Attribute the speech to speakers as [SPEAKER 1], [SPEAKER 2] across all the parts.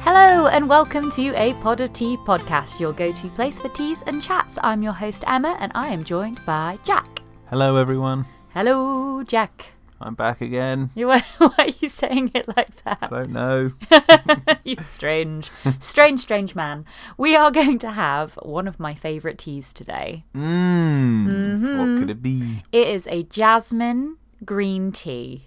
[SPEAKER 1] Hello, and welcome to A Pod of Tea podcast, your go to place for teas and chats. I'm your host, Emma, and I am joined by Jack.
[SPEAKER 2] Hello, everyone.
[SPEAKER 1] Hello, Jack.
[SPEAKER 2] I'm back again.
[SPEAKER 1] You, why are you saying it like
[SPEAKER 2] I
[SPEAKER 1] that?
[SPEAKER 2] don't know.
[SPEAKER 1] you strange, strange, strange man. We are going to have one of my favourite teas today.
[SPEAKER 2] Mmm. What
[SPEAKER 1] Mm-hmm.
[SPEAKER 2] could it be?
[SPEAKER 1] It is a jasmine green tea.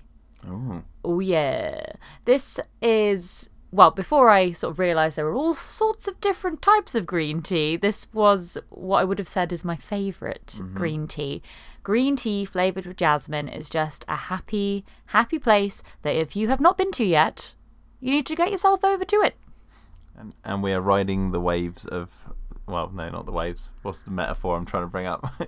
[SPEAKER 2] Oh.
[SPEAKER 1] Oh, yeah. This is, well, before I sort of realised there were all sorts of different types of green tea, this was what I would have said is my favorite green tea. Green tea flavoured with jasmine is just a happy, happy place that if you have not been to yet, you need to get yourself over to it.
[SPEAKER 2] And, and we are riding the waves of. Well, no, not the waves. What's the metaphor I'm trying to bring up?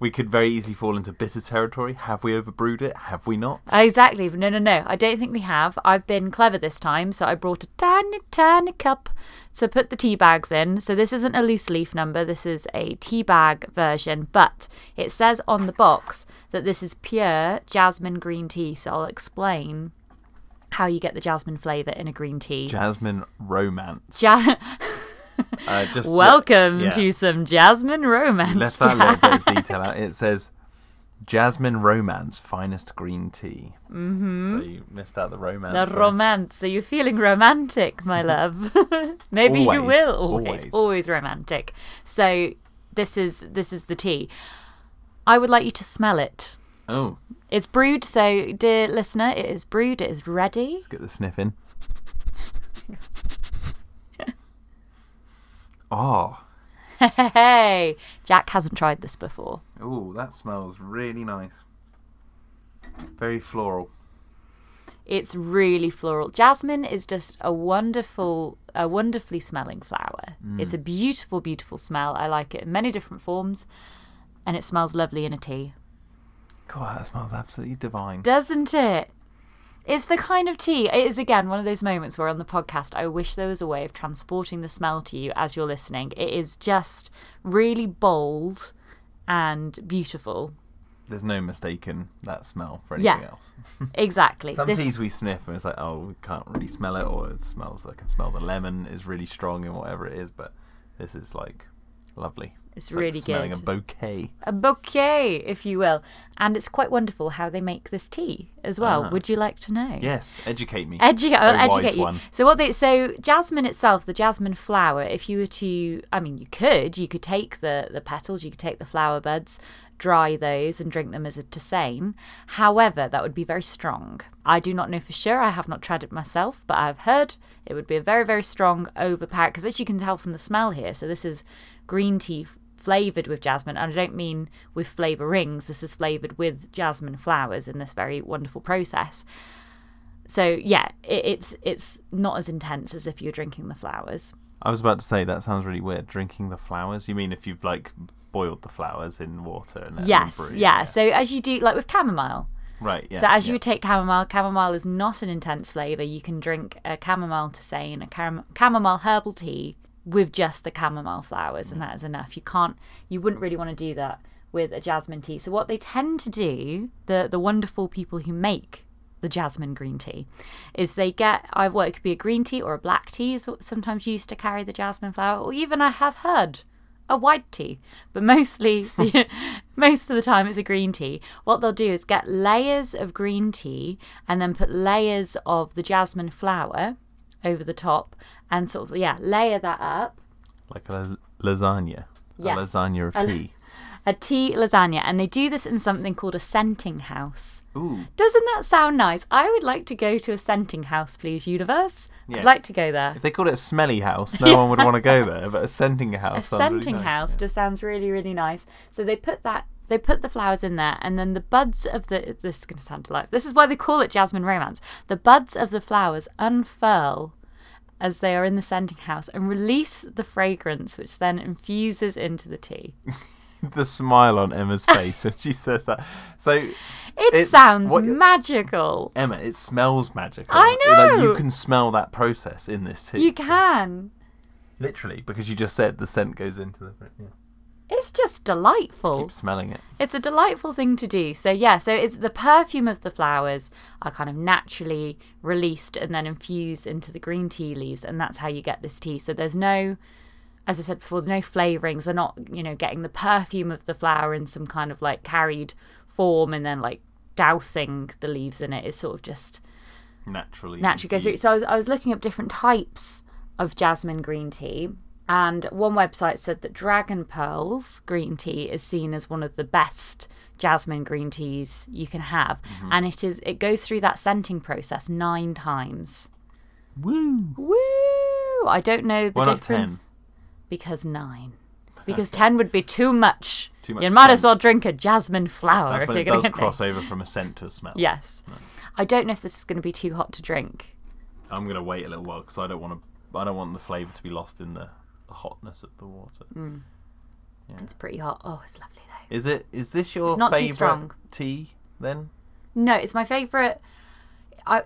[SPEAKER 2] we could very easily fall into bitter territory. Have we overbrewed it? Have we not?
[SPEAKER 1] Uh, Exactly. No, no, no. I don't think we have. I've been clever this time, so I brought a tiny, tiny cup to put the tea bags in. So this isn't a loose leaf number. This is a tea bag version, but it says on the box that this is pure jasmine green tea. So I'll explain how you get the jasmine flavour in a green tea.
[SPEAKER 2] Jasmine romance.
[SPEAKER 1] Ja-
[SPEAKER 2] Uh, just to-
[SPEAKER 1] Welcome
[SPEAKER 2] yeah.
[SPEAKER 1] to some jasmine romance.
[SPEAKER 2] Left that little bit of detail out. It says Jasmine romance, finest green tea. Mm-hmm. So you missed out the romance.
[SPEAKER 1] The
[SPEAKER 2] there.
[SPEAKER 1] romance. Are you feeling romantic, my love? Maybe
[SPEAKER 2] Always,
[SPEAKER 1] you will. Always, always,
[SPEAKER 2] always.
[SPEAKER 1] romantic. So this is this is the tea. I would like you to smell it.
[SPEAKER 2] oh,
[SPEAKER 1] It's brewed, so dear listener, it is brewed. It is ready.
[SPEAKER 2] Let's get the sniff in. oh,
[SPEAKER 1] Hey, Jack hasn't tried this before.
[SPEAKER 2] ooh, that smells really nice. Very floral.
[SPEAKER 1] It's really floral. Jasmine is just a wonderful, a wonderfully smelling flower.
[SPEAKER 2] Mm.
[SPEAKER 1] It's a beautiful, beautiful smell. I like it in many different forms, and it smells lovely in a tea.
[SPEAKER 2] God, that smells absolutely divine.
[SPEAKER 1] doesn't it? It's the kind of tea. It is again one of those moments where on the podcast I wish there was a way of transporting the smell to you as you're listening. It is just really bold and beautiful.
[SPEAKER 2] There's no mistaking that smell for
[SPEAKER 1] Yeah.
[SPEAKER 2] anything else.
[SPEAKER 1] Exactly.
[SPEAKER 2] Some
[SPEAKER 1] This-
[SPEAKER 2] teas we sniff and it's like, oh, we can't really smell it, or it smells. I can smell the lemon is really strong and whatever it is, but this is like lovely.
[SPEAKER 1] It's
[SPEAKER 2] like
[SPEAKER 1] really
[SPEAKER 2] smelling
[SPEAKER 1] good.
[SPEAKER 2] a bouquet.
[SPEAKER 1] a bouquet, if you will. And it's quite wonderful how they make this tea as well.
[SPEAKER 2] Ah.
[SPEAKER 1] Would you like to know?
[SPEAKER 2] Yes, educate me.
[SPEAKER 1] Educate,
[SPEAKER 2] Very
[SPEAKER 1] I'll
[SPEAKER 2] wise
[SPEAKER 1] educate you.
[SPEAKER 2] one.
[SPEAKER 1] So what they so jasmine itself, the jasmine flower. If you were to, I mean, you could, you could take the the petals, you could take the flower buds, dry those, and drink them as a tisane. However, that would be very strong. I do not know for sure. I have not tried it myself, but I've heard it would be a very very strong overpower. Because as you can tell from the smell here, so this is green tea flavored with jasmine and i don't mean with flavorings this is flavored with jasmine flowers in this very wonderful process so yeah, it, it's it's not as intense as if you're drinking the flowers.
[SPEAKER 2] I was about to say that sounds really weird. Drinking the flowers. You mean if you've like boiled the flowers in water and let
[SPEAKER 1] yes,
[SPEAKER 2] them brew?
[SPEAKER 1] yeah. So as you do, like with chamomile.
[SPEAKER 2] Right. Yeah.
[SPEAKER 1] so as
[SPEAKER 2] yeah.
[SPEAKER 1] you take chamomile, chamomile is not an intense flavour. You can drink a chamomile tisane, a cham- chamomile herbal tea with just the chamomile flowers,
[SPEAKER 2] Mm.
[SPEAKER 1] and that is enough. You can't, you wouldn't really want to do that with a jasmine tea. So what they tend to do, the the wonderful people who make the jasmine green tea is they get i well it could be a green tea or a black tea is sometimes used to carry the jasmine flower or even i have heard a white tea but mostly most of the time it's a green tea what they'll do is get layers of green tea and then put layers of the jasmine flower over the top and sort of yeah layer that up
[SPEAKER 2] like a las- lasagna.
[SPEAKER 1] Yes.
[SPEAKER 2] A lasagna
[SPEAKER 1] A la-
[SPEAKER 2] of tea.
[SPEAKER 1] a tea lasagna and they do this in something called a scenting house
[SPEAKER 2] Ooh.
[SPEAKER 1] doesn't that sound nice i would like to go to a scenting house please universe
[SPEAKER 2] Yeah.
[SPEAKER 1] i'd like to go there
[SPEAKER 2] If they called it a smelly house, no one would want to go there. But a scenting house.
[SPEAKER 1] a
[SPEAKER 2] sounds really
[SPEAKER 1] scenting
[SPEAKER 2] nice,
[SPEAKER 1] house
[SPEAKER 2] yeah.
[SPEAKER 1] just sounds really really nice so they put that they put the flowers in there and then the buds of the this is going to sound alive this is why they call it jasmine romance the buds of the flowers unfurl as they are in the scenting house and release the fragrance which then infuses into the tea
[SPEAKER 2] the smile on Emma's face when she says that. So
[SPEAKER 1] it
[SPEAKER 2] It's-
[SPEAKER 1] sounds
[SPEAKER 2] what-
[SPEAKER 1] magical
[SPEAKER 2] Emma, it smells magical.
[SPEAKER 1] I
[SPEAKER 2] Like,
[SPEAKER 1] know!
[SPEAKER 2] you can smell that process in this tea.
[SPEAKER 1] you can
[SPEAKER 2] Literally, because you just said the scent goes into the. Yeah.
[SPEAKER 1] It's just delightful.
[SPEAKER 2] Keep smelling it.
[SPEAKER 1] It's a delightful thing to do. So yeah, so it's the perfume of the flowers are kind of naturally released and then infused into the green tea leaves, and that's how you get this tea. So there's no, as I said before, no flavorings. They're not you know getting the perfume of the flower in some kind of like carried form and then like dousing the leaves in it. It's sort of just
[SPEAKER 2] Naturally.
[SPEAKER 1] naturally go through.
[SPEAKER 2] infused.
[SPEAKER 1] So I was, I was looking up different types of jasmine green tea, and one website said that dragon pearls green tea is seen as one of the best jasmine green teas you can have,
[SPEAKER 2] Mm-hmm.
[SPEAKER 1] and it is it goes through that scenting process nine times.
[SPEAKER 2] Woo!
[SPEAKER 1] Woo! I don't know the
[SPEAKER 2] Why not
[SPEAKER 1] difference
[SPEAKER 2] ten?
[SPEAKER 1] because nine. Because ten would be too much.
[SPEAKER 2] Too much
[SPEAKER 1] you might as well
[SPEAKER 2] scent.
[SPEAKER 1] drink a jasmine flower
[SPEAKER 2] That's
[SPEAKER 1] if
[SPEAKER 2] when
[SPEAKER 1] you're
[SPEAKER 2] it
[SPEAKER 1] going
[SPEAKER 2] does
[SPEAKER 1] to
[SPEAKER 2] cross over from a scent to a smell.
[SPEAKER 1] Yes. I don't know if this is going to be too hot to drink.
[SPEAKER 2] I'm gonna wait a little while because I don't want to. I don't want the flavour to be lost in the, the hotness of the water.
[SPEAKER 1] Mm. It's pretty hot. Oh, it's lovely though.
[SPEAKER 2] Is it? Is this your
[SPEAKER 1] It's not too
[SPEAKER 2] favourite
[SPEAKER 1] strong.
[SPEAKER 2] tea then?
[SPEAKER 1] No, it's my favorite. I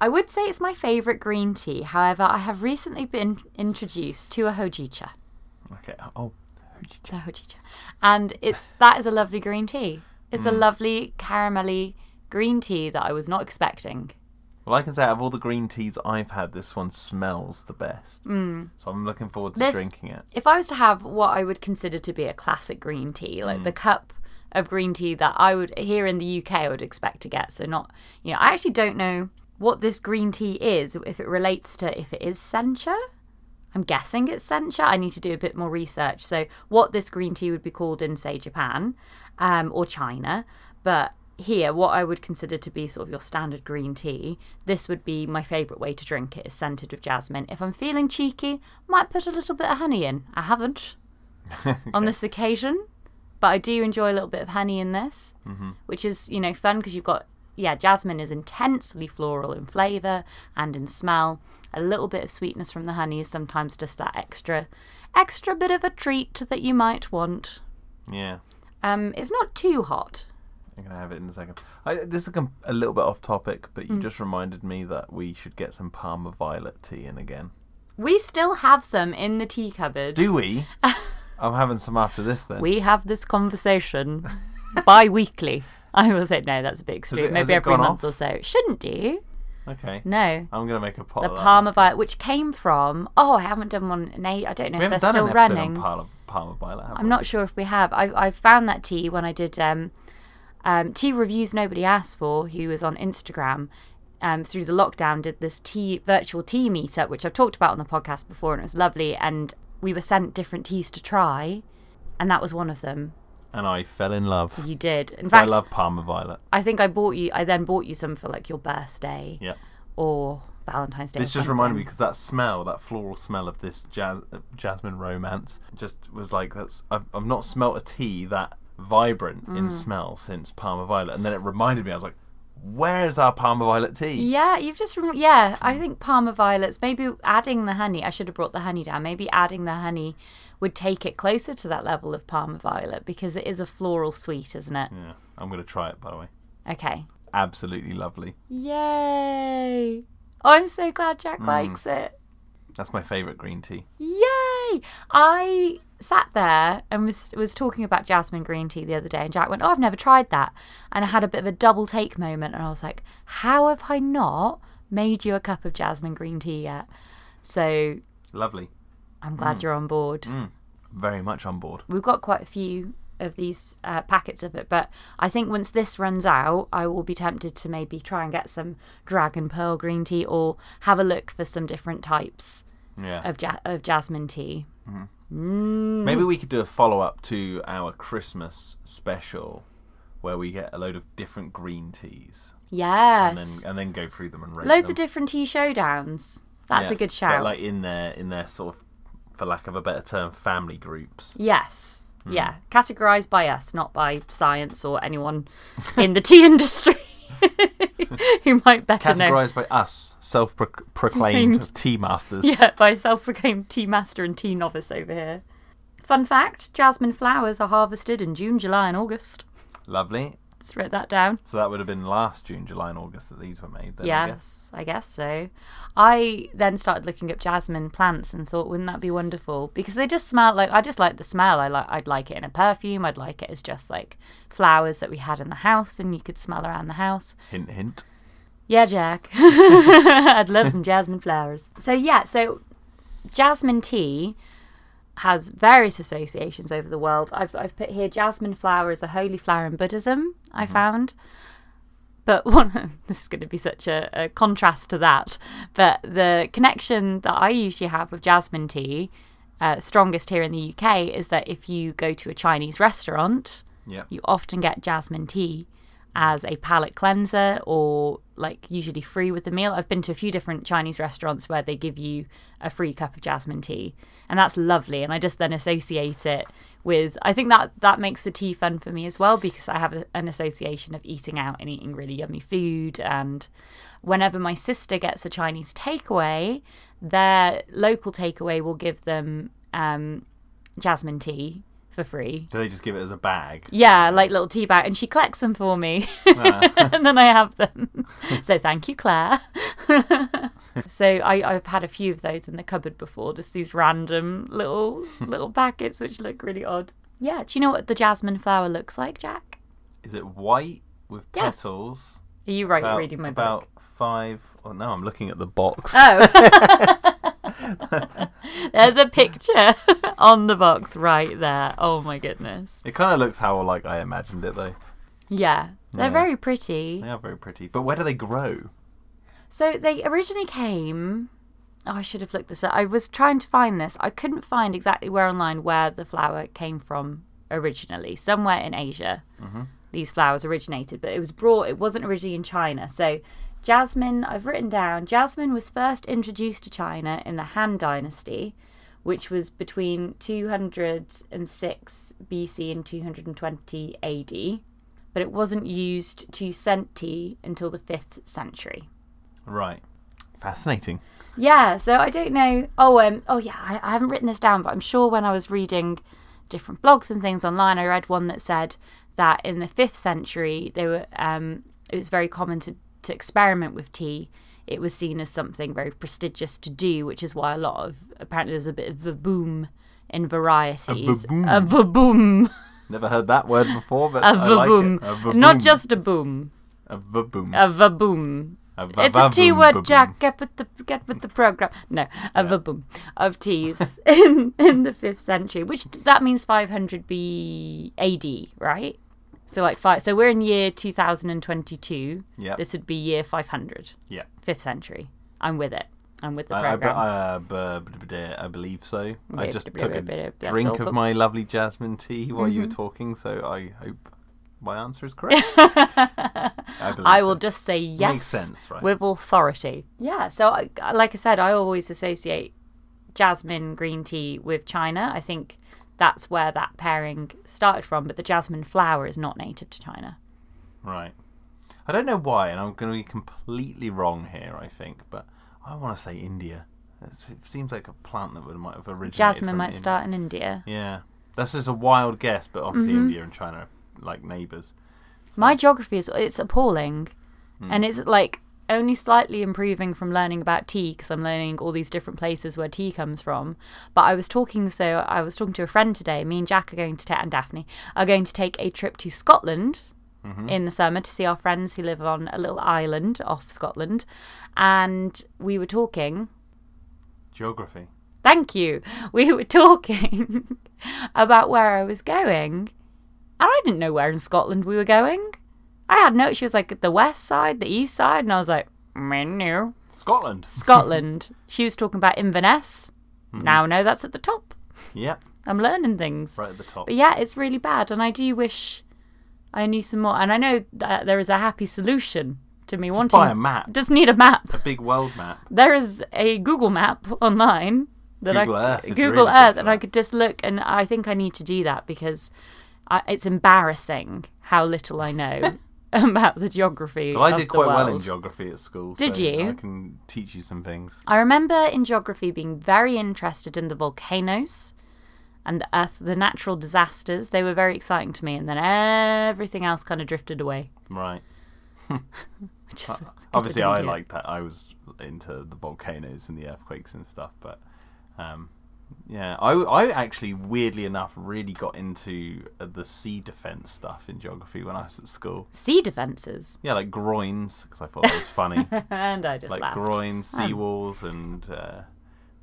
[SPEAKER 1] I would say it's my favorite green tea. However, I have recently been introduced to a hojicha,
[SPEAKER 2] Okay. Oh,
[SPEAKER 1] to a hojicha, and it's that is a lovely green tea. It's a lovely caramelly green tea that I was not expecting.
[SPEAKER 2] well, I can say out of all the green teas I've had, this one smells the best. Mm. So I'm looking forward to
[SPEAKER 1] This-
[SPEAKER 2] drinking it.
[SPEAKER 1] If I was to have what I would consider to be a classic green tea, like the cup of green tea that I would here in the UK I would expect to get, so not you know, I actually don't know what this green tea is, if it relates to if it is sencha. I'm guessing it's sencha. I need to do a bit more research. So what this green tea would be called in say Japan um, or China, but here what I would consider to be sort of your standard green tea, this would be my favourite way to drink it is scented with jasmine. If I'm feeling cheeky, might put a little bit of honey in. I haven't on this occasion, but I do enjoy a little bit of honey in this, which is you know fun because you've got yeah jasmine is intensely floral in flavour and in smell. A little bit of sweetness from the honey is sometimes just that extra, extra bit of a treat that you might want.
[SPEAKER 2] Yeah.
[SPEAKER 1] Um, it's not too hot.
[SPEAKER 2] I'm gonna have it in a second. I, this is com- a little bit off topic, but
[SPEAKER 1] Mm.
[SPEAKER 2] you just reminded me that we should get some Parma Violet tea in again.
[SPEAKER 1] We still have some in the tea cupboard.
[SPEAKER 2] Do we? I'm having some after this then.
[SPEAKER 1] we have this conversation bi-weekly. I will say no, that's a bit extreme.
[SPEAKER 2] it- has
[SPEAKER 1] Maybe
[SPEAKER 2] it
[SPEAKER 1] every
[SPEAKER 2] gone
[SPEAKER 1] month
[SPEAKER 2] off?
[SPEAKER 1] or so. It shouldn't do.
[SPEAKER 2] okay.
[SPEAKER 1] No.
[SPEAKER 2] I'm gonna make a pot.
[SPEAKER 1] the
[SPEAKER 2] of that.
[SPEAKER 1] Palmer Violet, which came from. Oh, I haven't done one. In eight, I don't know
[SPEAKER 2] We
[SPEAKER 1] if they're
[SPEAKER 2] haven't done
[SPEAKER 1] still
[SPEAKER 2] an episode
[SPEAKER 1] running.
[SPEAKER 2] on Parma, Parma Violet. Have
[SPEAKER 1] I'm
[SPEAKER 2] we?
[SPEAKER 1] not sure if we have. I, I found that tea when I did um, um, tea reviews nobody asked for, who was on Instagram um, through the lockdown, did this tea virtual tea meetup, which I've talked about on the podcast before, and it was lovely. And we were sent different teas to try, and that was one of them.
[SPEAKER 2] And I fell in love.
[SPEAKER 1] You did. In
[SPEAKER 2] I
[SPEAKER 1] fact,
[SPEAKER 2] love Parma Violet.
[SPEAKER 1] I think I bought you. I then bought you some for like your birthday
[SPEAKER 2] Yeah.
[SPEAKER 1] or Valentine's Day.
[SPEAKER 2] This
[SPEAKER 1] or
[SPEAKER 2] just reminded me
[SPEAKER 1] something.
[SPEAKER 2] because that smell, that floral smell of this jazz, jasmine romance, just was like that's. I've, I've not smelt a tea that vibrant
[SPEAKER 1] Mm.
[SPEAKER 2] in smell since Parma Violet, and then it reminded me. I was like, "Where's our Parma Violet tea?"
[SPEAKER 1] Yeah, you've just rem- yeah. I think Parma violets. Maybe adding the honey. I should have brought the honey down. Maybe adding the honey would take it closer to that level of Parma violet because it is a floral sweet, isn't it?
[SPEAKER 2] Yeah, I'm gonna try it by the way.
[SPEAKER 1] Okay.
[SPEAKER 2] Absolutely lovely.
[SPEAKER 1] Yay! Oh, I'm so glad Jack likes it.
[SPEAKER 2] That's my favorite green tea.
[SPEAKER 1] Yay! I sat there and was was talking about jasmine green tea the other day, and Jack went, "Oh, I've never tried that," and I had a bit of a double take moment, and I was like, "How have I not made you a cup of jasmine green tea yet?" So
[SPEAKER 2] Lovely.
[SPEAKER 1] I'm
[SPEAKER 2] Mm.
[SPEAKER 1] glad you're on board.
[SPEAKER 2] Very much on board.
[SPEAKER 1] We've got quite a few of these uh, packets of it, but I think once this runs out, I will be tempted to maybe try and get some dragon pearl green tea or have a look for some different types
[SPEAKER 2] Yeah.
[SPEAKER 1] of ja- of jasmine tea.
[SPEAKER 2] Maybe
[SPEAKER 1] Mm.
[SPEAKER 2] we could do a follow up to our Christmas special where we get a load of different green teas
[SPEAKER 1] Yes,
[SPEAKER 2] and then and then go through them and rate
[SPEAKER 1] loads
[SPEAKER 2] them.
[SPEAKER 1] of different tea showdowns. That's
[SPEAKER 2] Yeah,
[SPEAKER 1] a good
[SPEAKER 2] But
[SPEAKER 1] shout.
[SPEAKER 2] like in their in their sort of, for lack of a better term, family groups.
[SPEAKER 1] yes.
[SPEAKER 2] Hmm.
[SPEAKER 1] Yeah, categorized by us, not by science or anyone in the tea industry who might better know.
[SPEAKER 2] Categorised by us, self-proclaimed tea masters.
[SPEAKER 1] Yeah, by self-proclaimed tea master and tea novice over here. Fun fact: jasmine flowers are harvested in June, July, and August.
[SPEAKER 2] Lovely.
[SPEAKER 1] Let's write that down.
[SPEAKER 2] So that would have been last June, July, and August that these were made. Then, I guess.
[SPEAKER 1] yes, I guess. so. I then started looking up jasmine plants and thought, wouldn't that be wonderful? Because they just smell like I just like the smell. I like I'd like it in a perfume. I'd like it as just like flowers that we had in the house and you could smell around the house.
[SPEAKER 2] Hint, hint.
[SPEAKER 1] Yeah, Jack. I'd love some jasmine flowers. So yeah, so jasmine tea has various associations over the world. I've I've put here jasmine flower is a holy flower in Buddhism. I found. But one, this is going to be such a, a contrast to that. But the connection that I usually have with jasmine tea, uh, strongest here in the UK, is that if you go to a Chinese restaurant,
[SPEAKER 2] Yeah.
[SPEAKER 1] you often get jasmine tea as a palate cleanser or like usually free with the meal. I've been to a few different Chinese restaurants where they give you a free cup of jasmine tea, and that's lovely. And I just then associate it with I think that that makes the tea fun for me as well because I have a, an association of eating out and eating really yummy food and whenever my sister gets a Chinese takeaway, their local takeaway will give them um, jasmine tea for free
[SPEAKER 2] Do they just give it as a bag?
[SPEAKER 1] yeah, like little tea bag, and she collects them for me,
[SPEAKER 2] Ah.
[SPEAKER 1] and then I have them. so thank you, Claire. so I, I've had a few of those in the cupboard before, just these random little little packets which look really odd. Yeah, do you know what the jasmine flower looks like, Jack?
[SPEAKER 2] Is it white with
[SPEAKER 1] Yes.
[SPEAKER 2] petals?
[SPEAKER 1] Are you right
[SPEAKER 2] About,
[SPEAKER 1] reading my
[SPEAKER 2] about
[SPEAKER 1] book?
[SPEAKER 2] five. Oh no, I'm looking at the box.
[SPEAKER 1] Oh. There's a picture on the box right there. Oh my goodness.
[SPEAKER 2] It kind of looks how like I imagined it though.
[SPEAKER 1] Yeah. They're
[SPEAKER 2] Yeah.
[SPEAKER 1] very pretty.
[SPEAKER 2] They are very pretty. But where do they grow?
[SPEAKER 1] So they originally came. Oh, I should have looked this up. I was trying to find this. I couldn't find exactly where online where the flower came from originally. Somewhere in Asia, these flowers originated, but it was brought. It wasn't originally in China. So jasmine, I've written down. Jasmine was first introduced to China in the Han Dynasty, which was between 206 BC and 220 AD. But it wasn't used to scent tea until the 5th century.
[SPEAKER 2] Right. Fascinating.
[SPEAKER 1] Yeah, so I don't know. Oh, um, oh yeah, I, I haven't written this down, but I'm sure when I was reading different blogs and things online, I read one that said that in the fifth century, they were um, it was very common to, to experiment with tea. It was seen as something very prestigious to do, which is why a lot of apparently there's a bit of a boom in varieties.
[SPEAKER 2] vaboom.
[SPEAKER 1] A vaboom.
[SPEAKER 2] Never heard that word before, but
[SPEAKER 1] A
[SPEAKER 2] I like
[SPEAKER 1] vaboom.
[SPEAKER 2] it. A vaboom.
[SPEAKER 1] Not just a boom.
[SPEAKER 2] a vaboom.
[SPEAKER 1] A vaboom.
[SPEAKER 2] A
[SPEAKER 1] It's a
[SPEAKER 2] vaboom,
[SPEAKER 1] tea word,
[SPEAKER 2] baboom.
[SPEAKER 1] Jack. Get with the get with the program. No, of a boom of teas in in the fifth century, which that means 500 B AD, right? So like five. So we're in year 2022.
[SPEAKER 2] Yep.
[SPEAKER 1] This would be year 500,
[SPEAKER 2] Yeah.
[SPEAKER 1] fifth century. I'm with it. I'm with the
[SPEAKER 2] I, I, be-
[SPEAKER 1] program.
[SPEAKER 2] uh, b- b- b- I believe so. I
[SPEAKER 1] Yeah,
[SPEAKER 2] just
[SPEAKER 1] b-
[SPEAKER 2] took
[SPEAKER 1] b-
[SPEAKER 2] a
[SPEAKER 1] b- that's
[SPEAKER 2] drink
[SPEAKER 1] all,
[SPEAKER 2] of my
[SPEAKER 1] folks.
[SPEAKER 2] lovely jasmine tea while you were
[SPEAKER 1] Mm-hmm.
[SPEAKER 2] talking, so I hope my answer is correct. I, believe
[SPEAKER 1] I
[SPEAKER 2] so.
[SPEAKER 1] will just say yes
[SPEAKER 2] sense, right?
[SPEAKER 1] with authority. Yeah. So, I, like I said, I always associate jasmine green tea with China. I think that's where that pairing started from. But the jasmine flower is not native to China.
[SPEAKER 2] Right. I don't know why, and I'm going to be completely wrong here, I think, but I want to say India. It's, it seems like a plant that would, might have originated.
[SPEAKER 1] Jasmine
[SPEAKER 2] from
[SPEAKER 1] might
[SPEAKER 2] India.
[SPEAKER 1] start in India.
[SPEAKER 2] Yeah. That's just a wild guess, but obviously
[SPEAKER 1] Mm-hmm.
[SPEAKER 2] India and China are like neighbours.
[SPEAKER 1] My geography is it's appalling, and it's like only slightly improving from learning about tea because I'm learning all these different places where tea comes from. But I was talking, so I was talking to a friend today. Me and Jack are going to ta- and Daphne are going to take a trip to Scotland in the summer to see our friends who live on a little island off Scotland, and we were talking
[SPEAKER 2] Geography.
[SPEAKER 1] thank you. We were talking about where I was going, and I didn't know where in Scotland we were going. I had no. She was like the west side, the east side, and I was like, "Me no."
[SPEAKER 2] Scotland.
[SPEAKER 1] Scotland. she was talking about Inverness.
[SPEAKER 2] Hmm.
[SPEAKER 1] Now, no, that's at the top.
[SPEAKER 2] Yep.
[SPEAKER 1] I'm learning things.
[SPEAKER 2] Right at the top.
[SPEAKER 1] But yeah, it's really bad, and I do wish I knew some more. And I know that there is a happy solution to me wanting.
[SPEAKER 2] Buy a map.
[SPEAKER 1] Just need a map
[SPEAKER 2] A big world map.
[SPEAKER 1] there is a Google map online that
[SPEAKER 2] Google
[SPEAKER 1] I
[SPEAKER 2] Earth is
[SPEAKER 1] Google
[SPEAKER 2] really good
[SPEAKER 1] Earth,
[SPEAKER 2] for
[SPEAKER 1] and I
[SPEAKER 2] that.
[SPEAKER 1] could just look. And I think I need to do that because I, it's embarrassing how little I know about the geography.
[SPEAKER 2] Well, I
[SPEAKER 1] of
[SPEAKER 2] did
[SPEAKER 1] the
[SPEAKER 2] quite well
[SPEAKER 1] world.
[SPEAKER 2] in geography at school.
[SPEAKER 1] Did
[SPEAKER 2] so
[SPEAKER 1] you?
[SPEAKER 2] I can teach you some things.
[SPEAKER 1] I remember in geography being very interested in the volcanoes and the earth, the natural disasters, they were very exciting to me. And then everything else kind of drifted away.
[SPEAKER 2] Right.
[SPEAKER 1] Which is,
[SPEAKER 2] Uh, Obviously,
[SPEAKER 1] didn't
[SPEAKER 2] I
[SPEAKER 1] do it.
[SPEAKER 2] liked that. I was into the volcanoes and the earthquakes and stuff, but um, yeah, I, I actually weirdly enough really got into uh, the sea defense stuff in geography when I was at school.
[SPEAKER 1] sea defenses,
[SPEAKER 2] Yeah, like groins because I thought that was funny,
[SPEAKER 1] and I just
[SPEAKER 2] like
[SPEAKER 1] laughed. Um,
[SPEAKER 2] groins, seawalls, and uh,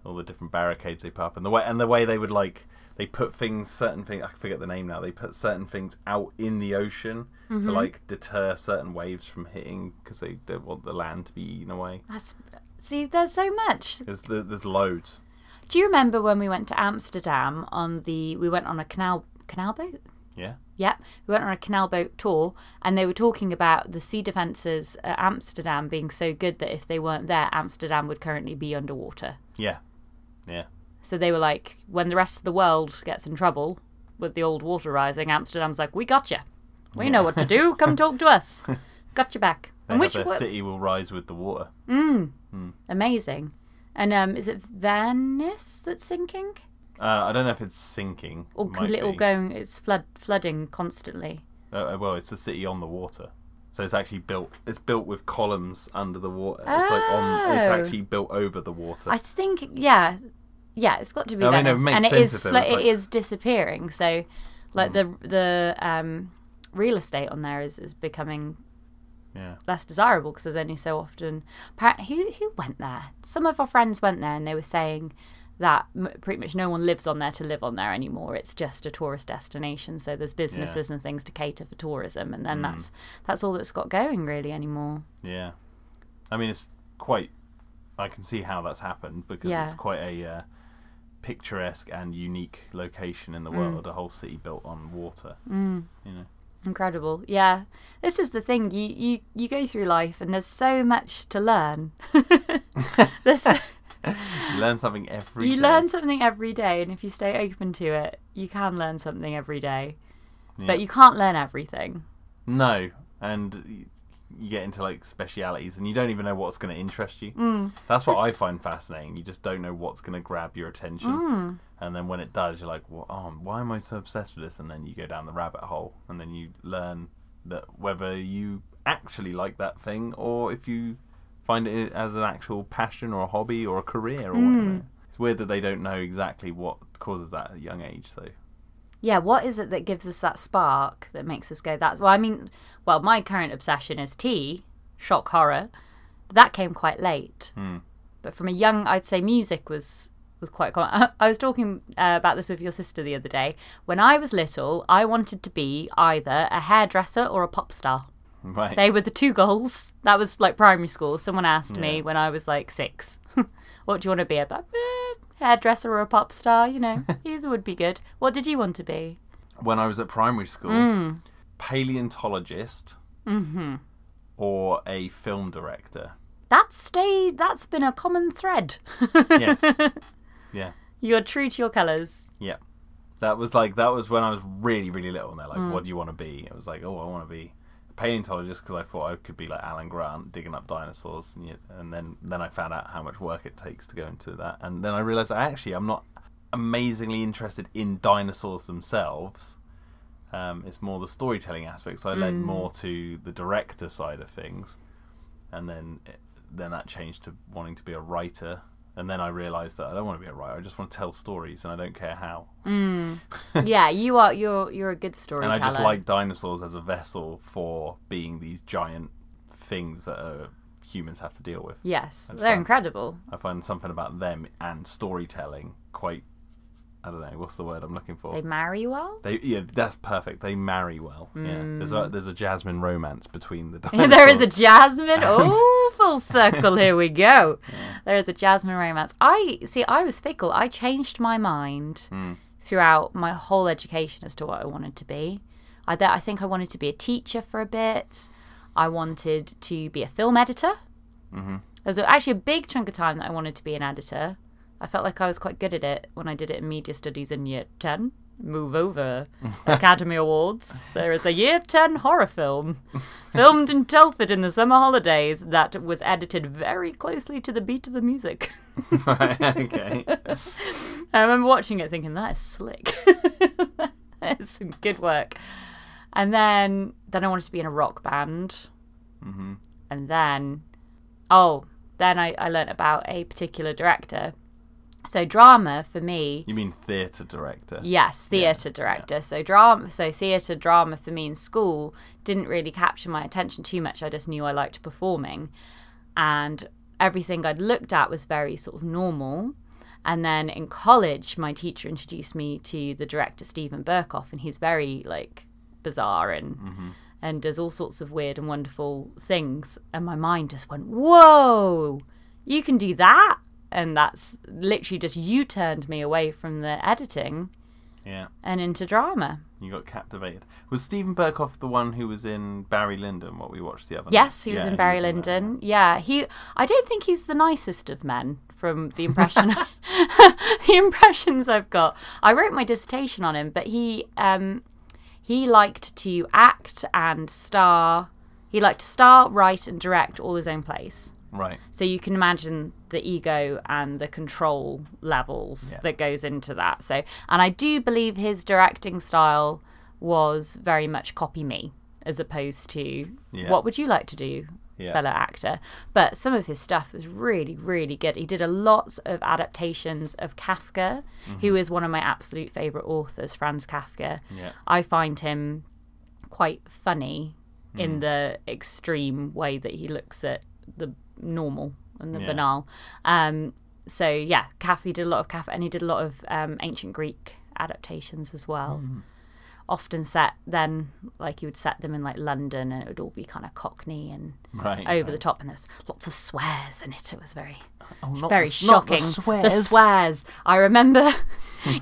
[SPEAKER 2] all the different barricades they put up, and the way and the way they would like they put things certain things I forget the name now. They put certain things out in the ocean
[SPEAKER 1] Mm-hmm.
[SPEAKER 2] to like deter certain waves from hitting because they don't want the land to be eaten away.
[SPEAKER 1] That's, see, there's so much.
[SPEAKER 2] There's there's loads.
[SPEAKER 1] Do you remember when we went to Amsterdam on the? We went on a canal canal boat.
[SPEAKER 2] Yeah.
[SPEAKER 1] Yep, we went on a canal boat tour, and they were talking about the sea defences at Amsterdam being so good that if they weren't there, Amsterdam would currently be underwater.
[SPEAKER 2] Yeah. Yeah.
[SPEAKER 1] So they were like, when the rest of the world gets in trouble with the old water rising, Amsterdam's like, we got you. We know what to do. Come talk to us. Got you back.
[SPEAKER 2] They
[SPEAKER 1] and
[SPEAKER 2] have
[SPEAKER 1] which
[SPEAKER 2] their
[SPEAKER 1] was
[SPEAKER 2] city will rise with the water.
[SPEAKER 1] amazing. And um, is it Venice that's sinking?
[SPEAKER 2] Uh, I don't know if it's sinking.
[SPEAKER 1] Or,
[SPEAKER 2] Might
[SPEAKER 1] gl- or
[SPEAKER 2] be.
[SPEAKER 1] going, it's flood flooding constantly.
[SPEAKER 2] Uh, well, it's a city on the water, so it's actually built. It's built with columns under the water. It's like on. It's
[SPEAKER 1] Oh.
[SPEAKER 2] actually built over the water.
[SPEAKER 1] I think, yeah, yeah, it's got to be
[SPEAKER 2] I mean, it
[SPEAKER 1] Venice,
[SPEAKER 2] makes
[SPEAKER 1] and it
[SPEAKER 2] sense
[SPEAKER 1] is
[SPEAKER 2] if it
[SPEAKER 1] slo-
[SPEAKER 2] was, like- Hmm.
[SPEAKER 1] it is disappearing. So, like the the um, real estate on there is is becoming
[SPEAKER 2] yeah.
[SPEAKER 1] less desirable because there's only so often. Apparently, who who went there? Some of our friends went there, and they were saying that m- pretty much no one lives on there to live on there anymore. It's just a tourist destination, so there's businesses and things to cater for tourism, and then
[SPEAKER 2] Hmm.
[SPEAKER 1] that's that's all that's got going really anymore.
[SPEAKER 2] Yeah, I mean it's quite. I can see how that's happened because
[SPEAKER 1] Yeah.
[SPEAKER 2] it's quite a uh, picturesque and unique location
[SPEAKER 1] Mm.
[SPEAKER 2] in the world. A whole city built on water. Mm. You know.
[SPEAKER 1] Incredible, yeah. This is the thing you you you go through life, and there's so much to learn. there's
[SPEAKER 2] You learn something every
[SPEAKER 1] you
[SPEAKER 2] day.
[SPEAKER 1] learn something every day, and if you stay open to it, you can learn something every day.
[SPEAKER 2] Yeah.
[SPEAKER 1] But you can't learn everything.
[SPEAKER 2] No, and y- you get into like specialities, and you don't even know what's going to interest you. Mm. That's what I find fascinating. You just don't know what's going to grab your attention, and then when it does, you're like, well, oh, why am I so obsessed with this?" And then you go down the rabbit hole, and then you learn that whether you actually like that thing or if you find it as an actual passion or a hobby or a career or whatever. It's weird that they don't know exactly what causes that at a young age, though.
[SPEAKER 1] Yeah, what is it that gives us that spark that makes us go that? Well, I mean, well, my current obsession is tea, shock horror. But that came quite late. But from a young, I'd say music was was quite common. I was talking uh, about this with your sister the other day. When I was little, I wanted to be either a hairdresser or a pop star.
[SPEAKER 2] Right.
[SPEAKER 1] They were the two goals. That was like primary school. Someone asked me
[SPEAKER 2] Yeah.
[SPEAKER 1] when I was like six, "What do you want to be?" About eh, hairdresser or a pop star. You know, either would be good. What did you want to be?
[SPEAKER 2] when I was at primary school, paleontologist or a film director.
[SPEAKER 1] That's stayed. That's been a common thread.
[SPEAKER 2] Yes. yeah.
[SPEAKER 1] You're true to your colours.
[SPEAKER 2] Yeah. That was like that was when I was really really little, and they're like, "What do you want to be?" I was like, "Oh, I want to be a paleontologist because I thought I could be like Alan Grant digging up dinosaurs." And, yet, and then then I found out how much work it takes to go into that, and then I realized I actually I'm not amazingly interested in dinosaurs themselves. Um, it's more the storytelling aspect, so I lent more to the director side of things, and then then that changed to wanting to be a writer. And then I realised that I don't want to be a writer. I just want to tell stories, and I don't care how.
[SPEAKER 1] yeah, you are. You're you're a good storyteller.
[SPEAKER 2] And I just like dinosaurs as a vessel for being these giant things that uh, humans have to deal with.
[SPEAKER 1] Yes, they're
[SPEAKER 2] fun.
[SPEAKER 1] incredible.
[SPEAKER 2] I find something about them and storytelling quite. I don't know what's the word I'm looking for.
[SPEAKER 1] They marry well.
[SPEAKER 2] They, yeah, that's perfect. They marry well. Yeah, there's a there's a jasmine romance between the dinosaurs.
[SPEAKER 1] Mm. there is a jasmine. Oh, full circle. Here we go. There is a jasmine romance. I see. I was fickle. I changed my mind throughout my whole education as to what I wanted to be. I th- I think I wanted to be a teacher for a bit. I wanted to be a film editor. There was actually a big chunk of time that I wanted to be an editor. I felt like I was quite good at it when I did it in media studies in year 10. Move over. Academy Awards. There is a year 10 horror film filmed in Telford in the summer holidays that was edited very closely to the beat of the music.
[SPEAKER 2] okay.
[SPEAKER 1] I remember watching it thinking, that is slick. That's some good work. And then, then I wanted to be in a rock band.
[SPEAKER 2] Mm-hmm.
[SPEAKER 1] And then, oh, then I, I learnt about a particular director. So drama for me,
[SPEAKER 2] You mean theatre director?
[SPEAKER 1] yes, theatre director. So drama, so theatre drama for me in school didn't really capture my attention too much. I just knew I liked performing, and everything I'd looked at was very sort of normal. And then in college, my teacher introduced me to the director Stephen Burkoff, and he's very like bizarre and and does all sorts of weird and wonderful things. And my mind just went, "Whoa, you can do that!" And that's literally just you turned me away from the editing
[SPEAKER 2] Yeah.
[SPEAKER 1] and into drama.
[SPEAKER 2] You got captivated. Was Stephen Burkoff the one who was in Barry Lyndon? What we watched the other night?
[SPEAKER 1] Yes, he was
[SPEAKER 2] Yeah,
[SPEAKER 1] in Barry
[SPEAKER 2] that.
[SPEAKER 1] Lyndon. Yeah, he. I don't think he's the nicest of men, from the impression, the impressions I've got. I wrote my dissertation on him, but he, um, he liked to act and star. He liked to star, write, and direct all his own plays.
[SPEAKER 2] Right.
[SPEAKER 1] So you can imagine the ego and the control levels
[SPEAKER 2] Yeah.
[SPEAKER 1] that goes into that. So, and I do believe his directing style was very much copy me as opposed to
[SPEAKER 2] Yeah.
[SPEAKER 1] what would you like to do,
[SPEAKER 2] Yeah.
[SPEAKER 1] fellow actor. But some of his stuff was really, really good. He did a lot of adaptations of Kafka, who is one of my absolute favorite authors, Franz Kafka.
[SPEAKER 2] Mm-hmm. Yeah.
[SPEAKER 1] I find him quite funny in the extreme way that he looks at the normal and the
[SPEAKER 2] Yeah.
[SPEAKER 1] banal. Um, so yeah, Kafka did a lot of Kafka, and he did a lot of um, ancient Greek adaptations as well. Often set then, like you would set them in like London, and it would all be kind of Cockney and
[SPEAKER 2] Right.
[SPEAKER 1] over the top, and there's lots of swears in it. It was very
[SPEAKER 2] Oh, not
[SPEAKER 1] very
[SPEAKER 2] the- not
[SPEAKER 1] shocking.
[SPEAKER 2] the swears.
[SPEAKER 1] The swears. I remember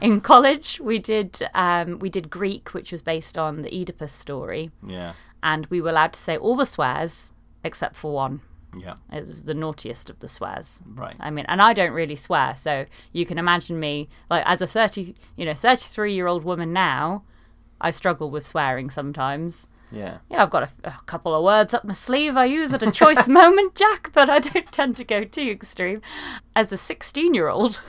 [SPEAKER 1] in college we did um, we did Greek, which was based on the Oedipus story,
[SPEAKER 2] Yeah.
[SPEAKER 1] and we were allowed to say all the swears except for one.
[SPEAKER 2] Yeah.
[SPEAKER 1] It was the naughtiest of the swears.
[SPEAKER 2] Right.
[SPEAKER 1] I mean, and I don't really swear, so you can imagine me like as a thirty, you know, thirty-three year old woman now. I struggle with swearing sometimes.
[SPEAKER 2] Yeah.
[SPEAKER 1] Yeah, I've got a, a couple of words up my sleeve I use at a choice moment, Jack, but I don't tend to go too extreme. As a 16 year old,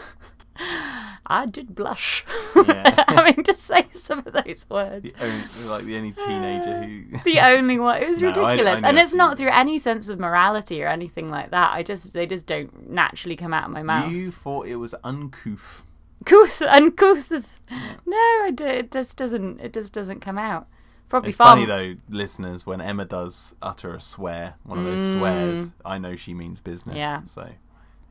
[SPEAKER 1] I did blush
[SPEAKER 2] Yeah.
[SPEAKER 1] having to say some of those words.
[SPEAKER 2] the only, like the only teenager who.
[SPEAKER 1] The only one. It was
[SPEAKER 2] No, I- I
[SPEAKER 1] ridiculous.
[SPEAKER 2] know
[SPEAKER 1] and
[SPEAKER 2] what
[SPEAKER 1] it's
[SPEAKER 2] you
[SPEAKER 1] not
[SPEAKER 2] mean.
[SPEAKER 1] through any sense of morality or anything like that. I just, they just don't naturally come out of my mouth.
[SPEAKER 2] You thought it was uncouth.
[SPEAKER 1] Couth, uncouth. of- No, I do, it just doesn't, it just doesn't come out. Probably
[SPEAKER 2] It's
[SPEAKER 1] far
[SPEAKER 2] funny though, listeners, when Emma does utter a swear, one of those swears, I know she means business.
[SPEAKER 1] Mm. Yeah.
[SPEAKER 2] So,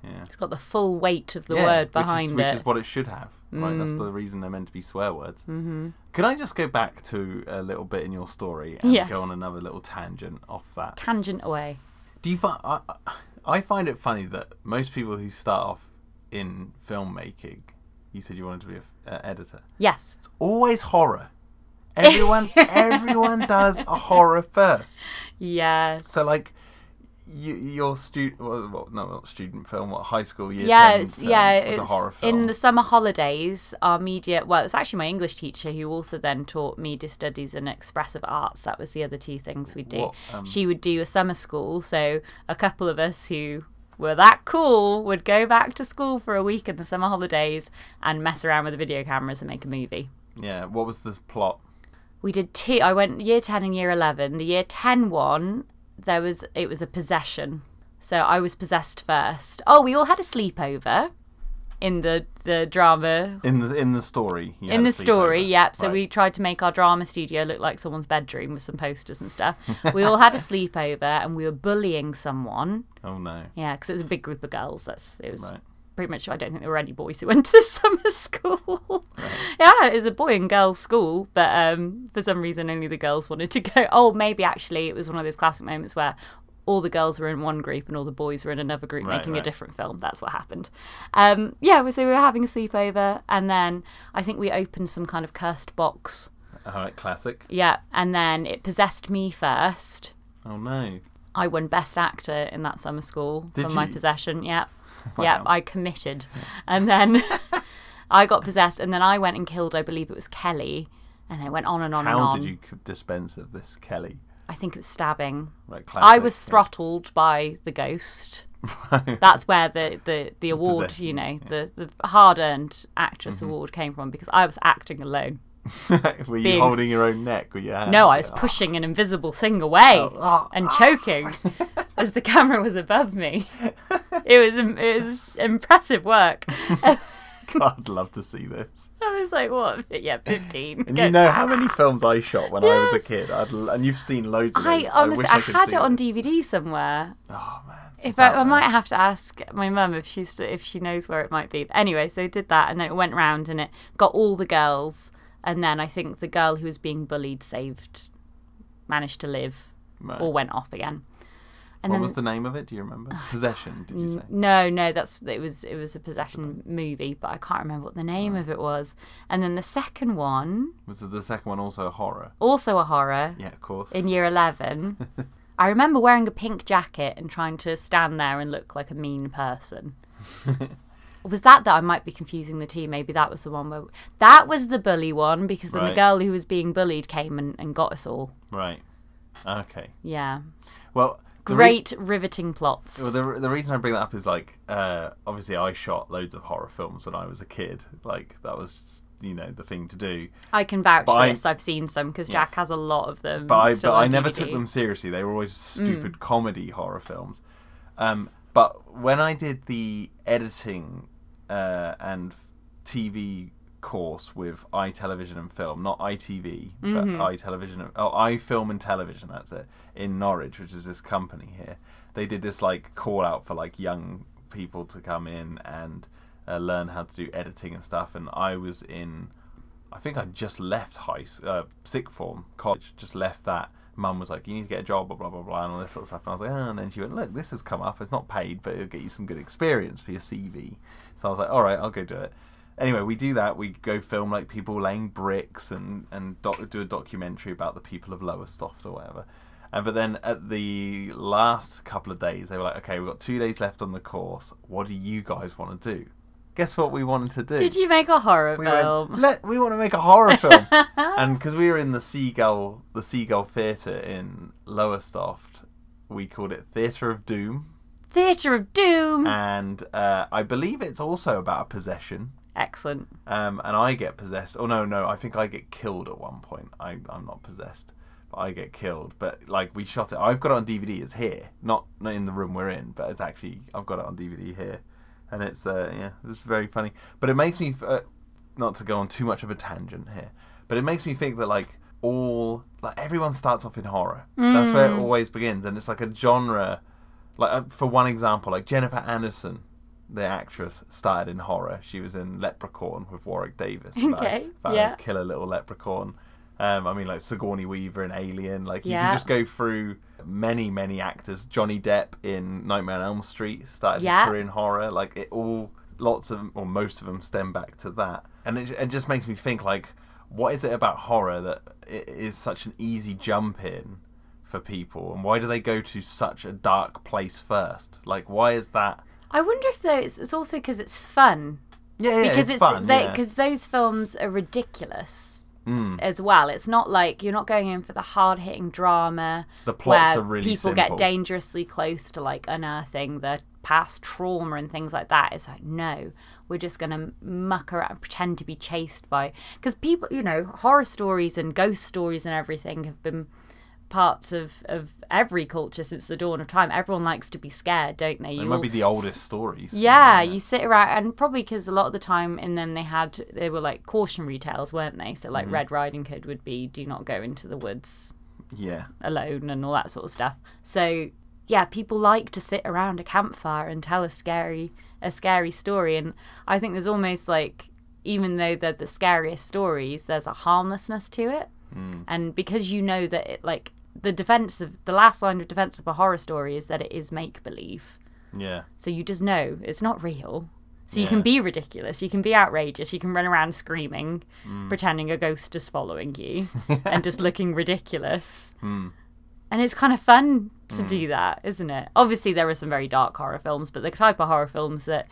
[SPEAKER 2] yeah.
[SPEAKER 1] It's got the full weight of the
[SPEAKER 2] Yeah,
[SPEAKER 1] word
[SPEAKER 2] which is-
[SPEAKER 1] behind
[SPEAKER 2] which is,
[SPEAKER 1] it. Mm.
[SPEAKER 2] what it should have. Right, that's the reason they're meant to be swear words. Mm-hmm. Can I just go back to a little bit in your story and
[SPEAKER 1] Yes.
[SPEAKER 2] go on another little tangent off that?
[SPEAKER 1] Tangent away.
[SPEAKER 2] Do you find I, I find it funny that most people who start off in filmmaking, you said you wanted to be an uh, editor.
[SPEAKER 1] Yes.
[SPEAKER 2] It's always horror. Everyone, everyone does a horror first.
[SPEAKER 1] Yes.
[SPEAKER 2] So like. You, your student, well, well, no, not student film, what high school year?
[SPEAKER 1] yeah,
[SPEAKER 2] 10
[SPEAKER 1] it's,
[SPEAKER 2] film
[SPEAKER 1] yeah,
[SPEAKER 2] was
[SPEAKER 1] it's
[SPEAKER 2] a horror film.
[SPEAKER 1] in the summer holidays. Our media, well, it's actually my English teacher who also then taught media studies and expressive arts. That was the other two things we'd do.
[SPEAKER 2] What, um,
[SPEAKER 1] she would do a summer school, so a couple of us who were that cool would go back to school for a week in the summer holidays and mess around with the video cameras and make a movie.
[SPEAKER 2] Yeah, what was the plot?
[SPEAKER 1] we did two i went year 10 and year 11 the year 10 one there was it was a possession so i was possessed first oh we all had a sleepover in the the drama
[SPEAKER 2] In the in the story. you had
[SPEAKER 1] in
[SPEAKER 2] a
[SPEAKER 1] the story
[SPEAKER 2] sleepover.
[SPEAKER 1] yep so
[SPEAKER 2] Right.
[SPEAKER 1] we tried to make our drama studio look like someone's bedroom with some posters and stuff we all had a sleepover and we were bullying someone
[SPEAKER 2] Oh no.
[SPEAKER 1] yeah because it was a big group of girls that's it was
[SPEAKER 2] Right.
[SPEAKER 1] pretty much I don't think there were any boys who went to the summer school. yeah, it was a boy and girl school, but um, for some reason only the girls wanted to go. Oh, maybe actually it was one of those classic moments where all the girls were in one group and all the boys were in another group
[SPEAKER 2] Right,
[SPEAKER 1] making a
[SPEAKER 2] right.
[SPEAKER 1] different film. That's what happened. Um, yeah, so we were having a sleepover, and then I think we opened some kind of cursed box.
[SPEAKER 2] All right, classic.
[SPEAKER 1] Yeah, and then it possessed me first.
[SPEAKER 2] Oh no.
[SPEAKER 1] I won Best Actor in that summer school
[SPEAKER 2] Did
[SPEAKER 1] for my
[SPEAKER 2] you?
[SPEAKER 1] possession. Yep,
[SPEAKER 2] Wow.
[SPEAKER 1] yep, I committed, and then I got possessed, and then I went and killed. I believe it was Kelly, and then it went on and on and
[SPEAKER 2] How
[SPEAKER 1] on.
[SPEAKER 2] did you c- dispense of this, Kelly?
[SPEAKER 1] I think it was stabbing.
[SPEAKER 2] Right,
[SPEAKER 1] I
[SPEAKER 2] classic.
[SPEAKER 1] was throttled by the ghost.
[SPEAKER 2] Right.
[SPEAKER 1] That's where the the, the award,
[SPEAKER 2] possession, Mm-hmm.
[SPEAKER 1] you know, the the hard earned actress award came from because I was acting alone.
[SPEAKER 2] Were you
[SPEAKER 1] being-
[SPEAKER 2] holding your own neck with your hands?
[SPEAKER 1] No, I was pushing an invisible thing away
[SPEAKER 2] oh,
[SPEAKER 1] and choking as the camera was above me. It was it was impressive work.
[SPEAKER 2] I'd love to see this.
[SPEAKER 1] I was like, what? Yeah, fifteen.
[SPEAKER 2] And
[SPEAKER 1] Go.
[SPEAKER 2] you know how many films I shot when I was a
[SPEAKER 1] Yes.
[SPEAKER 2] kid, I'd, l- and you've seen loads of
[SPEAKER 1] I
[SPEAKER 2] those.
[SPEAKER 1] honestly,
[SPEAKER 2] wish
[SPEAKER 1] I,
[SPEAKER 2] could
[SPEAKER 1] had
[SPEAKER 2] see
[SPEAKER 1] it on
[SPEAKER 2] this.
[SPEAKER 1] DVD somewhere.
[SPEAKER 2] Oh man,
[SPEAKER 1] If
[SPEAKER 2] It's
[SPEAKER 1] I,
[SPEAKER 2] out
[SPEAKER 1] I
[SPEAKER 2] there.
[SPEAKER 1] might have to ask my mum if she's if she knows where it might be. But anyway, so it did that, and then it went round and it got all the girls, and then I think the girl who was being bullied saved, managed to live,
[SPEAKER 2] Right.
[SPEAKER 1] or went off again. Oh, And
[SPEAKER 2] What
[SPEAKER 1] then Mm.
[SPEAKER 2] was the name of it? Do you remember? Possession? Did you say?
[SPEAKER 1] No, no, that's it was it was a possession movie, but I can't remember what the name of it was. And then the second one,
[SPEAKER 2] Was the second one also horror?
[SPEAKER 1] also a horror
[SPEAKER 2] Yeah, of course.
[SPEAKER 1] in year 11. I remember wearing a pink jacket and trying to stand there and look like a mean person. was that that I might be confusing the two? Maybe that was the one where that was the bully one because then the
[SPEAKER 2] Right.
[SPEAKER 1] girl who was being bullied came and, and got us all.
[SPEAKER 2] Right. Okay.
[SPEAKER 1] Yeah.
[SPEAKER 2] Well, the re-
[SPEAKER 1] Great riveting plots.
[SPEAKER 2] Well, the, the reason I bring that up is like, uh, obviously, I shot loads of horror films when I was a kid. Like, that was, just, you know, the thing to do.
[SPEAKER 1] I can vouch
[SPEAKER 2] but
[SPEAKER 1] for
[SPEAKER 2] I-
[SPEAKER 1] this. I've seen some because Jack has a lot of them.
[SPEAKER 2] But I,
[SPEAKER 1] still
[SPEAKER 2] but
[SPEAKER 1] on
[SPEAKER 2] I never
[SPEAKER 1] DVD.
[SPEAKER 2] took them seriously. They were
[SPEAKER 1] Mm.
[SPEAKER 2] always stupid comedy horror films. Um, but when I did the editing uh, and f- TV course with iTelevision and Film, not ITV, but
[SPEAKER 1] Mm-hmm.
[SPEAKER 2] iTelevision, oh, iFilm and Television, that's it, in Norwich, which is this company here, they did this like call out for like young people to come in and uh, learn how to do editing and stuff. And I was in I think I just left high s- uh, sick form college, just left that. Mum was like, "You need to get a job," blah blah blah, blah and all this sort of stuff. And I was like, oh. and then she went, "Look, this has come up. It's not paid, but it'll get you some good experience for your CV." So I was like, "All right, I'll go do it." Anyway, we do that. We go film like people laying bricks and and doc- do a documentary about the people of Lowestoft or whatever. And but then at the last couple of days, they were like, "Okay, we've got two days left on the course. What do you guys want to do?" Guess what we wanted to do?
[SPEAKER 1] Did you make a horror
[SPEAKER 2] we
[SPEAKER 1] film?
[SPEAKER 2] went, Let, we want to make a horror film, and because we were in the Seagull, the Seagull Theatre in Lowestoft, we called it Theatre of Doom,
[SPEAKER 1] Theatre of Doom.
[SPEAKER 2] and uh, I believe it's also about a possession.
[SPEAKER 1] Excellent.
[SPEAKER 2] Um, and I get possessed. Oh no, no, I think I get killed at one point. I, I'm not possessed, but I get killed. But like we shot it. I've got it on DVD. It's here, not not in the room we're in, but it's actually I've got it on DVD here, and it's uh yeah, it's very funny. But it makes me uh, not to go on too much of a tangent here, but it makes me think that like all like everyone starts off in horror. That's where it always begins, and it's like a genre. Like uh, for one example, like Jennifer Aniston the actress started in horror. She was in Leprechaun with Warwick Davis. about-
[SPEAKER 1] Okay,
[SPEAKER 2] about
[SPEAKER 1] yeah.
[SPEAKER 2] a killer little leprechaun. Um, I mean, like Sigourney Weaver in Alien. Like you
[SPEAKER 1] Yeah.
[SPEAKER 2] can just go through many, many actors. Johnny Depp in Nightmare on Elm Street started
[SPEAKER 1] Yeah.
[SPEAKER 2] his career in horror. Like it all, lots of or most of them stem back to that. And it, it just makes me think like, what is it about horror that it is such an easy jump in for people? And why do they go to such a dark place first? Like, why is that?
[SPEAKER 1] I wonder if though it's, it's also because it's fun.
[SPEAKER 2] Yeah, yeah,
[SPEAKER 1] because
[SPEAKER 2] it's, fun. yeah. Hmm.
[SPEAKER 1] because those films are ridiculous as well. It's not like you're not going in for the hard hitting drama.
[SPEAKER 2] The plots
[SPEAKER 1] where
[SPEAKER 2] are really
[SPEAKER 1] people
[SPEAKER 2] simple.
[SPEAKER 1] get dangerously close to like unearthing the past trauma and things like that. It's like no, we're just gonna muck around, and pretend to be chased by because people, you know, horror stories and ghost stories and everything have been parts of of every culture since the dawn of time. Everyone likes to be scared, don't they?
[SPEAKER 2] They
[SPEAKER 1] You
[SPEAKER 2] might
[SPEAKER 1] all-
[SPEAKER 2] be the oldest stories.
[SPEAKER 1] yeah, you sit around, and probably because a lot of the time in them they had they were like cautionary tales, weren't they? So
[SPEAKER 2] Mm-hmm.
[SPEAKER 1] like Red Riding Hood would be do not go into the woods
[SPEAKER 2] Yeah.
[SPEAKER 1] alone and all that sort of stuff. So yeah, people like to sit around a campfire and tell a scary a scary story, and I think there's almost like even though they're the scariest stories, there's a harmlessness to it, and because you know that it like the defense of the last line of defense of a horror story is that it is make believe.
[SPEAKER 2] Yeah.
[SPEAKER 1] So you just know it's not real. So you can
[SPEAKER 2] Yeah.
[SPEAKER 1] be ridiculous, you can be outrageous, you can run around screaming,
[SPEAKER 2] Hmm.
[SPEAKER 1] pretending a ghost is following you and just looking ridiculous.
[SPEAKER 2] Hmm.
[SPEAKER 1] And it's kind of fun to do that, isn't it? Obviously, there are some very dark horror films, but the type of horror films that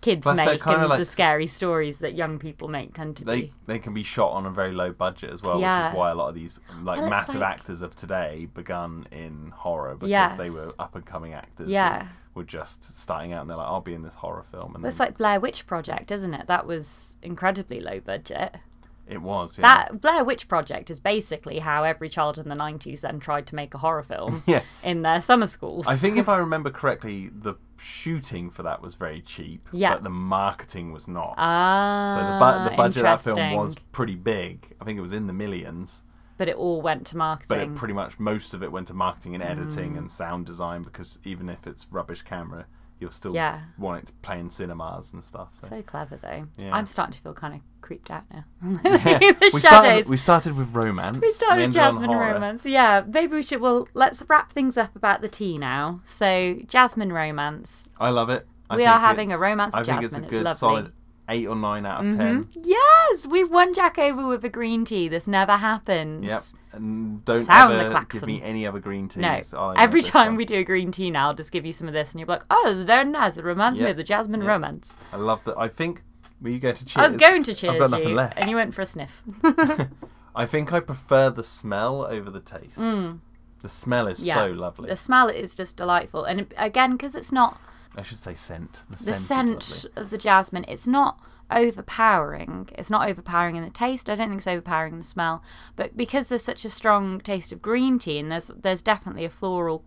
[SPEAKER 1] kids
[SPEAKER 2] Plus they're
[SPEAKER 1] make
[SPEAKER 2] kinda
[SPEAKER 1] and the
[SPEAKER 2] like-
[SPEAKER 1] scary stories that young people make tend to
[SPEAKER 2] They
[SPEAKER 1] be.
[SPEAKER 2] they can be shot on a very low budget as well, which
[SPEAKER 1] Yeah.
[SPEAKER 2] is why a lot of these like
[SPEAKER 1] Well, it's
[SPEAKER 2] massive
[SPEAKER 1] like-
[SPEAKER 2] actors of today begun in horror because
[SPEAKER 1] Yes.
[SPEAKER 2] they were up and coming actors. who
[SPEAKER 1] Yeah.
[SPEAKER 2] were just starting out and they're like, I'll be in this horror film, and
[SPEAKER 1] It's
[SPEAKER 2] then
[SPEAKER 1] like Blair Witch Project, isn't it? That was incredibly low budget.
[SPEAKER 2] it was yeah.
[SPEAKER 1] That Blair Witch Project is basically how every child in the 90s then tried to make a horror film
[SPEAKER 2] Yeah.
[SPEAKER 1] in their summer schools.
[SPEAKER 2] I think if I remember correctly, the shooting for that was very cheap,
[SPEAKER 1] Yeah.
[SPEAKER 2] but the marketing was not.
[SPEAKER 1] Ah,
[SPEAKER 2] so the, bu- the budget of that film was
[SPEAKER 1] interesting.
[SPEAKER 2] pretty big. I think it was in the millions,
[SPEAKER 1] But it all went to
[SPEAKER 2] but
[SPEAKER 1] marketing.
[SPEAKER 2] it pretty much most of it went to marketing and
[SPEAKER 1] Mm.
[SPEAKER 2] editing and sound design because even if it's rubbish camera, you'll still
[SPEAKER 1] Yeah.
[SPEAKER 2] want it to play in cinemas and stuff. So.
[SPEAKER 1] so clever, though.
[SPEAKER 2] Yeah.
[SPEAKER 1] I'm starting to feel kind of creeped out now.
[SPEAKER 2] Yeah.
[SPEAKER 1] the
[SPEAKER 2] we,
[SPEAKER 1] shadows.
[SPEAKER 2] started, we started with romance.
[SPEAKER 1] We started
[SPEAKER 2] ended on
[SPEAKER 1] Jasmine
[SPEAKER 2] horror.
[SPEAKER 1] romance. Yeah, maybe we should. Well, let's wrap things up about the tea now. So, Jasmine romance.
[SPEAKER 2] I love it. I
[SPEAKER 1] We are
[SPEAKER 2] think
[SPEAKER 1] having
[SPEAKER 2] it's-
[SPEAKER 1] a romance
[SPEAKER 2] I
[SPEAKER 1] with
[SPEAKER 2] think
[SPEAKER 1] Jasmine.
[SPEAKER 2] it's a
[SPEAKER 1] It's
[SPEAKER 2] good
[SPEAKER 1] lovely. Mm-hmm.
[SPEAKER 2] solid eight or nine out of ten.
[SPEAKER 1] Yes, we've won Jack over with a green tea. This never happens.
[SPEAKER 2] Yep. And don't
[SPEAKER 1] Sound the
[SPEAKER 2] ever give
[SPEAKER 1] klaxon.
[SPEAKER 2] me any other green teas.
[SPEAKER 1] No,
[SPEAKER 2] I'll only
[SPEAKER 1] every
[SPEAKER 2] have this
[SPEAKER 1] time
[SPEAKER 2] one.
[SPEAKER 1] we do a green tea now, I'll just give you some of this, and you're like, "Oh, very nice. It reminds me
[SPEAKER 2] Yep.
[SPEAKER 1] of the Jasmine
[SPEAKER 2] Yep.
[SPEAKER 1] romance."
[SPEAKER 2] I love that. I think. Will you go to cheers?
[SPEAKER 1] I was going to cheers
[SPEAKER 2] I've got nothing
[SPEAKER 1] you,
[SPEAKER 2] left.
[SPEAKER 1] and you went for a sniff.
[SPEAKER 2] I think I prefer the smell over the taste. The smell is
[SPEAKER 1] Mm. Yeah.
[SPEAKER 2] so lovely.
[SPEAKER 1] the smell is just delightful, and it- again, because it's not
[SPEAKER 2] I should say scent.
[SPEAKER 1] the
[SPEAKER 2] The, scent. is
[SPEAKER 1] scent
[SPEAKER 2] lovely.
[SPEAKER 1] of the jasmine it's not overpowering it's not overpowering in the taste i don't think it's overpowering in the smell but because there's such a strong taste of green tea and there's there's definitely a floral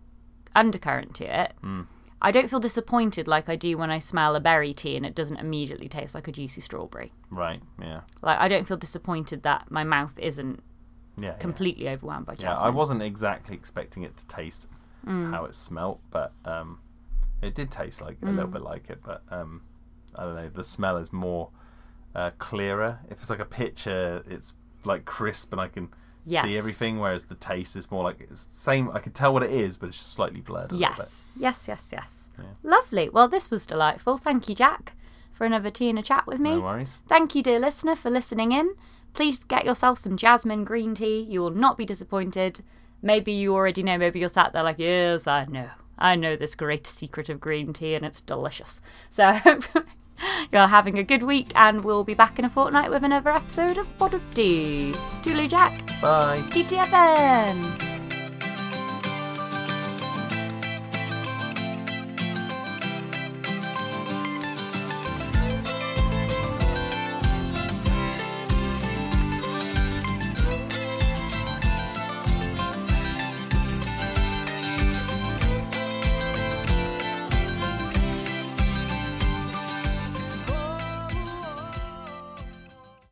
[SPEAKER 1] undercurrent to it
[SPEAKER 2] Mm.
[SPEAKER 1] i don't feel disappointed like i do when i smell a berry tea and it doesn't immediately taste like a juicy strawberry
[SPEAKER 2] Right. Yeah.
[SPEAKER 1] like i don't feel disappointed that my mouth isn't
[SPEAKER 2] Yeah. yeah.
[SPEAKER 1] completely overwhelmed by
[SPEAKER 2] Yeah,
[SPEAKER 1] jasmine
[SPEAKER 2] I wasn't exactly expecting it to taste
[SPEAKER 1] Mm.
[SPEAKER 2] how it smelt, but um, it did taste like a
[SPEAKER 1] Mm.
[SPEAKER 2] little bit like it. But um, I don't know, the smell is more uh, clearer. If it's like a picture, it's like crisp and I can
[SPEAKER 1] Yes.
[SPEAKER 2] see everything. Whereas the taste is more like it's the same. I can tell what it is, but it's just slightly blurred. A Little bit.
[SPEAKER 1] Yes, yes, yes, yes. Lovely. Well, this was delightful. Thank you, Jack, for another tea and a chat with me.
[SPEAKER 2] No worries.
[SPEAKER 1] Thank you, dear listener, for listening in. Please get yourself some jasmine green tea. You will not be disappointed. Maybe you already know, maybe you're sat there like, yes, I know. I know this great secret of green tea and it's delicious. So I hope you're having a good week and we'll be back in a fortnight with another episode of Bod of Tea. Toodaloo Jack,
[SPEAKER 2] Bye.
[SPEAKER 1] TTFN.